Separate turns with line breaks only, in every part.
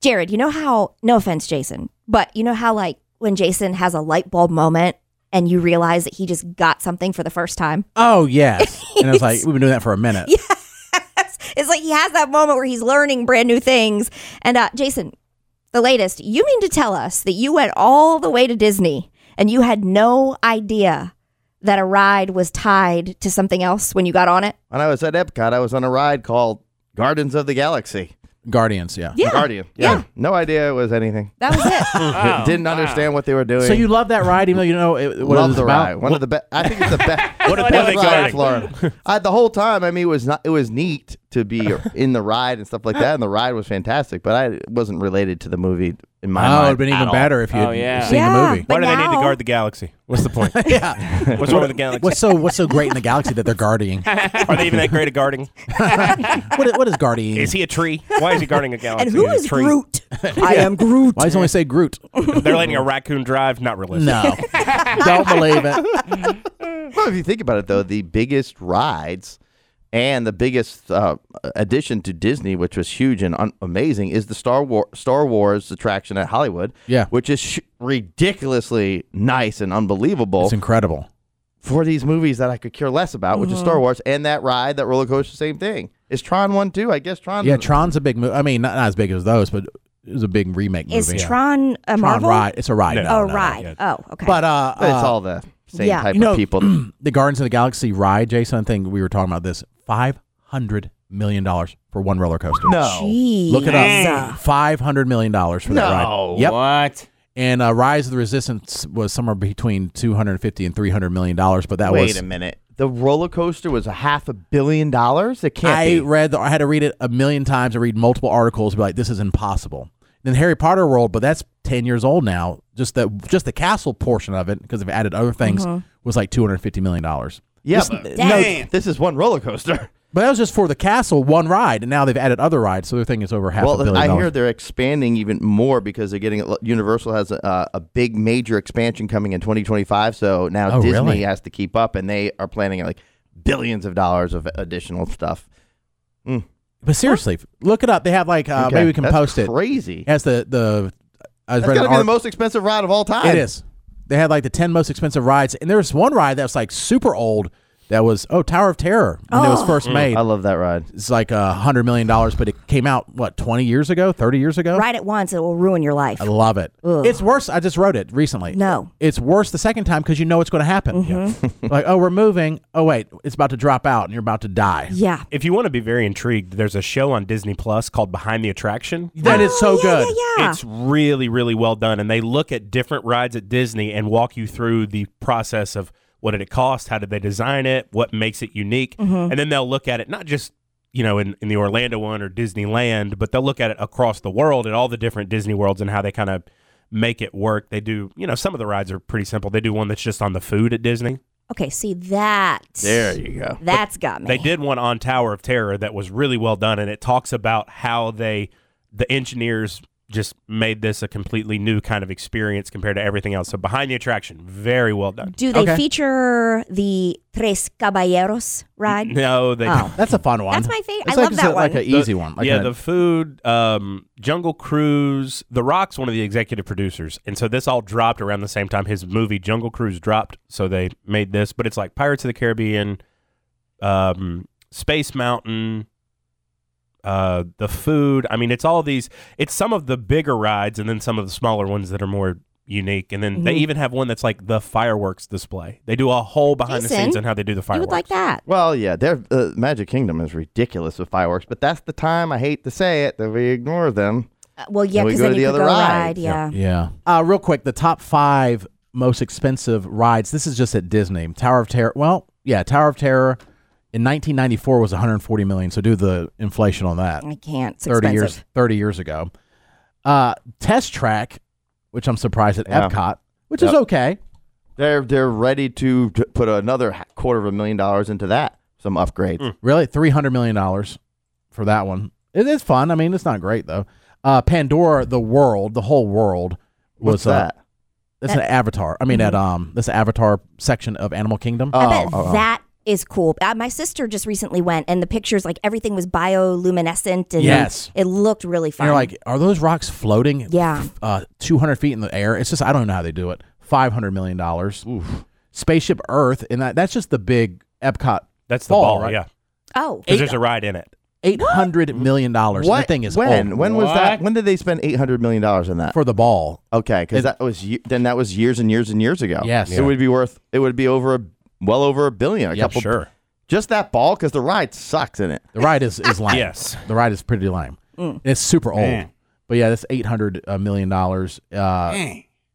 Jared, you know how, no offense, Jason, but you know how, like, when Jason has a light bulb moment and you realize that he just got something for the first time?
Oh yes. And I was like, we've been doing that for a minute.
It's like he has that moment where he's learning brand new things. And uh, Jason, the latest, you mean to tell us that you went all the way to Disney and you had no idea that a ride was tied to something else when you got on it?
When I was at Epcot, I was on a ride called Gardens of the Galaxy.
Guardians, yeah.
Yeah.
Guardian.
Yeah.
No idea it was anything.
That was it.
Wow.
Didn't understand what they were doing.
So you love that ride, even though you know it, what it
Love
was
the
about.
ride. One of the best. I think it's the best.
What a
best
perfect
ride
ride.
in Florida. I, the whole time, I mean, it was not. It was neat to be in the ride and stuff like that, and the ride was fantastic. But I it wasn't related to the movie in my
Oh,
mind.
it would have been
at
even
all.
better if you had
Oh, yeah.
seen
Yeah.
the movie.
But
Why do they need
now-
to guard the galaxy? What's the point?
Yeah.
What's wrong with the galaxy?
What's so what's so great in the galaxy that they're guarding?
Are they even that great at guarding?
What is, what is guarding?
Is he a tree? Why is he guarding a galaxy?
And who
He's a
is
tree.
Groot? I am Groot.
Why does he only say Groot?
They're letting a raccoon drive. Not realistic.
No, don't believe it.
Well, if you think about it, though, the biggest rides and the biggest uh, addition to Disney, which was huge and un- amazing, is the Star War Star Wars attraction at Hollywood.
Yeah.
which is sh- ridiculously nice and unbelievable
It's incredible.
for these movies that I could care less about, which is
Mm-hmm.
Star Wars and that ride, that roller coaster, same thing. Is Tron one too? I guess Tron.
Yeah, Tron's a big movie. I mean, not, not as big as those, but it was a big remake
Is
movie.
Tron a
Tron
Marvel?
ride. It's a ride.
No.
No,
Oh,
no.
ride.
yeah.
Oh, okay.
But uh,
but it's
uh,
all the same
yeah.
type
you know,
of people.
the Guardians of the Galaxy ride, Jason. I think we were talking about this. Five hundred million dollars for one roller coaster.
Jeez.
Look it up. Five hundred million dollars for that
No.
ride. Yep.
What?
And uh, Rise of the Resistance was somewhere between two hundred fifty and three hundred million dollars, but that
Wait
was
a minute. The roller coaster was a half a billion dollars. It can't
I
be.
read the, I had to read it a million times. I read multiple articles, be like, this is impossible. Then Harry Potter World, but that's ten years old now. Just the just the castle portion of it, because they've added other things,
Mm-hmm.
was like two hundred fifty million dollars.
yeah,
This-
but, no,
Damn.
this is one roller coaster.
But that was just for the castle, one ride, and now they've added other rides, so their thing is over half a
well,
billion
I
dollars.
hear they're expanding even more because they're getting Universal has a, a big major expansion coming in 2025. So now
Oh,
Disney
really?
has to keep up, and they are planning like billions of dollars of additional stuff.
Uh, but seriously, look it up. They have like uh,
Okay,
maybe we can
that's
post it.
Crazy.
As the the I was
That's
read an
got to be the
article.
most expensive ride of all time.
It is. They had like the ten most expensive rides, and there was one ride that was like super old. That was oh Tower of Terror when it was
Oh.
first made.
Mm. I love that ride.
It's like a hundred million dollars, but it came out what twenty years ago, thirty years ago.
Ride it once, it will ruin your life.
I love it. It's worse. I just wrote it recently.
No. Mm-hmm.
it's worse the second time because you know it's going to happen. like oh, we're moving. Oh wait, it's about to drop out, and you're about to die.
Yeah.
If you want to be very intrigued, there's a show on Disney Plus called Behind the Attraction.
That is so
yeah,
good.
Yeah, yeah.
It's really, really well done. And they look at different rides at Disney and walk you through the process of what did it cost? How did they design it? What makes it unique? And then they'll look at it not just, you know, in, in the Orlando one or Disneyland, but they'll look at it across the world at all the different Disney worlds and how they kind of make it work. They do, you know, some of the rides are pretty simple. They do one that's just on the food at Disney.
okay, see that.
There you go.
That's got me.
They did one on Tower of Terror that was really well done, and it talks about how they, the engineers, just made this a completely new kind of experience compared to everything else. So behind the attraction, very well done.
Do they
Okay.
feature the Tres Caballeros ride?
No, they.
Oh.
That's a fun one.
That's my favorite.
It's
I
like
love
just
that
a- Like
one.
an easy one. Like
yeah,
a-
the food, um, Jungle Cruise, The Rock's one of the executive producers, and so this all dropped around the same time his movie Jungle Cruise dropped. So they made this, but it's like Pirates of the Caribbean, um, Space Mountain, uh, the food. I mean, it's all these. It's some of the bigger rides, and then some of the smaller ones that are more unique. And then
Mm-hmm.
they even have one that's like the fireworks display. They do a whole behind the
Jason,
scenes on how they do the
You
fireworks.
would like that.
Well, yeah, their uh, Magic Kingdom is ridiculous with fireworks, but that's the time I hate to say it that we ignore them.
Uh, well, yeah,
And we
because
go
then
to
you
the
could
other
go
ride.
ride. Yeah.
Yeah. Uh, real quick, the top five most expensive rides. This is just at Disney. Tower of Terror. Well, yeah, Tower of Terror in 1994 was 140 million. So do the inflation on that.
I can't. It's
30
expensive.
years. 30 years ago. Uh, Test Track, which I'm surprised at
Yeah.
Epcot, which is
Yep.
okay.
They're they're ready to t- put another ha- quarter of a million dollars into that. Some upgrades.
Really, 300 million dollars for that one. It is fun. I mean, it's not great though. Uh, Pandora, the world, the whole world was
What's
uh,
that? Mm-hmm.
That's an Avatar. I mean, at um, that's an Avatar section of Animal Kingdom.
I bet
oh, oh.
that is cool. Uh, my sister just recently went, and the pictures, like everything was bioluminescent, and
Yes.
it looked really fun.
And you're like, are those rocks floating?
Yeah.
f- Uh, 200 feet in the air. It's just, I don't know how they do it. $500 million. Spaceship Earth. And that, that's just the big Epcot.
That's the
Ball,
ball,
right?
yeah.
oh,
Because there's a ride in it.
$800 million. dollars. And That thing is oh,
when?
old.
When was that?
What?
When did they spend eight hundred million dollars on that?
For the ball.
Okay,
It-
because that was ye- then that was years and years and years ago.
Yes.
it would be worth. It would be over a well over a billion. A
Yeah,
couple,
Sure.
Just that ball because the ride sucks in it.
The ride is, is lame.
Yes.
The ride is pretty lame. And It's super old.
Man.
But yeah, that's $800 uh, million. dollars. Uh,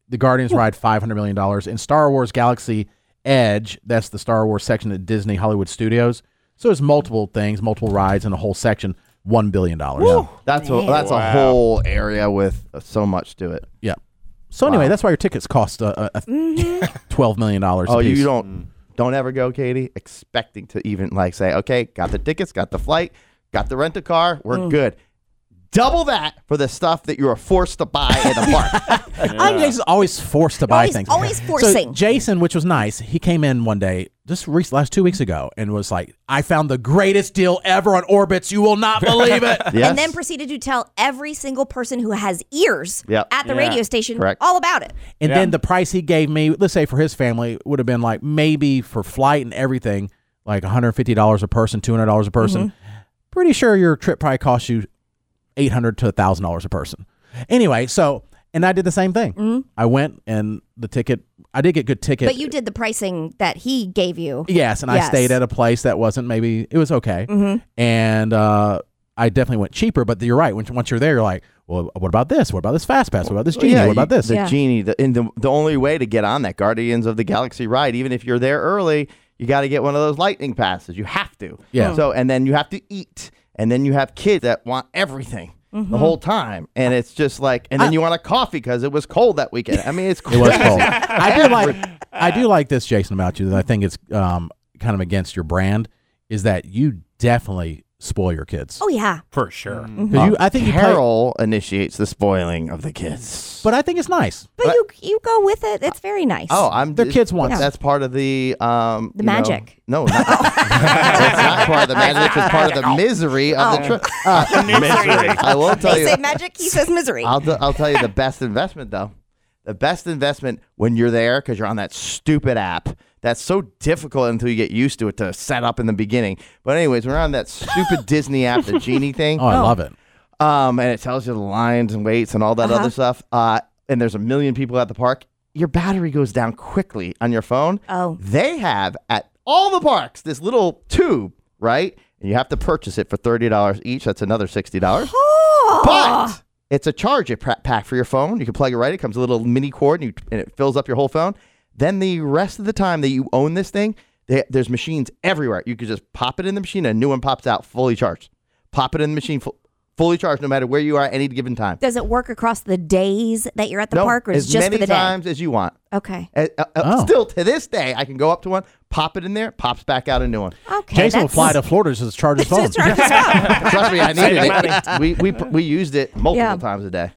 the Guardians ride $500 million. dollars. And Star Wars Galaxy Edge, that's the Star Wars section at Disney Hollywood Studios. So there's multiple things, multiple rides in a whole section. $1 billion. dollars.
That's a, that's a whole area with uh, so much to it.
Yeah. So anyway, that's why your tickets cost uh, uh, twelve million dollars.
Oh, you don't don't ever go, Katie, expecting to even like say, okay, got the tickets, got the flight, got the rent a car, we're
Mm.
good. Double that for the stuff that you are forced to buy in the park.
I'm Jason's always forced to buy
Always-
things.
always
So
forcing.
Jason, which was nice, he came in one day just re- last two weeks ago and was like, "I found the greatest deal ever on Orbitz. You will not believe it."
yes.
and then proceeded to tell every single person who has ears
Yep.
at the
Yeah.
radio station
Correct.
all about it.
And then the price he gave me, let's say for his family, would have been like maybe for flight and everything, like $150 a person, $200 a person.
Mm-hmm.
Pretty sure your trip probably cost you 800 to $1,000 a person. Anyway, so, and I did the same thing. I went and the ticket, I did get good ticket.
Mm-hmm. But you did the pricing that he gave you.
Yes, and
Yes. Mm-hmm.
I stayed at a place that wasn't maybe it was okay, and uh, I definitely went cheaper. But you're right. Once, once you're there, you're like, well, what about this? What about this fast pass? What about this
Well,
genie? what about
you-
this?
The
Yeah.
genie. The, and the, the only way to get on that Guardians of the Galaxy ride, even if you're there early, you got to get one of those lightning passes. You have to.
Yeah.
So and then you have to eat, and then you have kids that want everything. The whole time, and it's just like, and then you want a coffee because it was cold that weekend. I mean, it's
It
crazy.
was cold. I do like I do like this, Jason, about you that I think it's um, kind of against your brand is that you definitely spoil your kids.
Oh yeah,
For sure.
'Cause you, I think you play-
Carol initiates the spoiling of the kids.
but I think it's nice.
but you you go with it. It's very nice.
Oh, I'm
Their
it-
kids want-
That's part of the um
The
you know-
magic.
no, not, it's not part of the magic. It's just part of
Oh.
the misery of the trip. Uh,
Misery.
I will tell
they
you.
say magic. He says misery.
I'll, t- I'll tell you the best investment though. The best investment when you're there because you're on that stupid app that's so difficult until you get used to it to set up in the beginning. But anyways, we're on that stupid Disney app, the Genie thing.
Oh, I love it.
Um, and it tells you the lines and weights and all that other stuff. Uh, and there's a million people at the park. Your battery goes down quickly on your phone.
Oh.
They have at all the parks this little tube, right? And you have to purchase it for $30 each. That's another $60.
Oh,
But it's a charger pra- pack for your phone. You can plug it right. It comes with a little mini cord, and, you, and it fills up your whole phone. Then the rest of the time that you own this thing, they, there's machines everywhere. You could just pop it in the machine, and a new one pops out fully charged. Pop it in the machine, fu- fully charged, no matter where you are at any given time.
does it work across the days that you're at the
No,
park, or is
as
it just
many
for the
times as you want.
day? Okay,
Uh, uh, uh,
Oh.
Still to this day, I can go up to one, pop it in there, pops back out a new one.
okay.
Jason will
that's-
fly to Florida to charge his phone.
That's right.
Trust me, I needed it. We, we we used it multiple
Yeah.
times a day.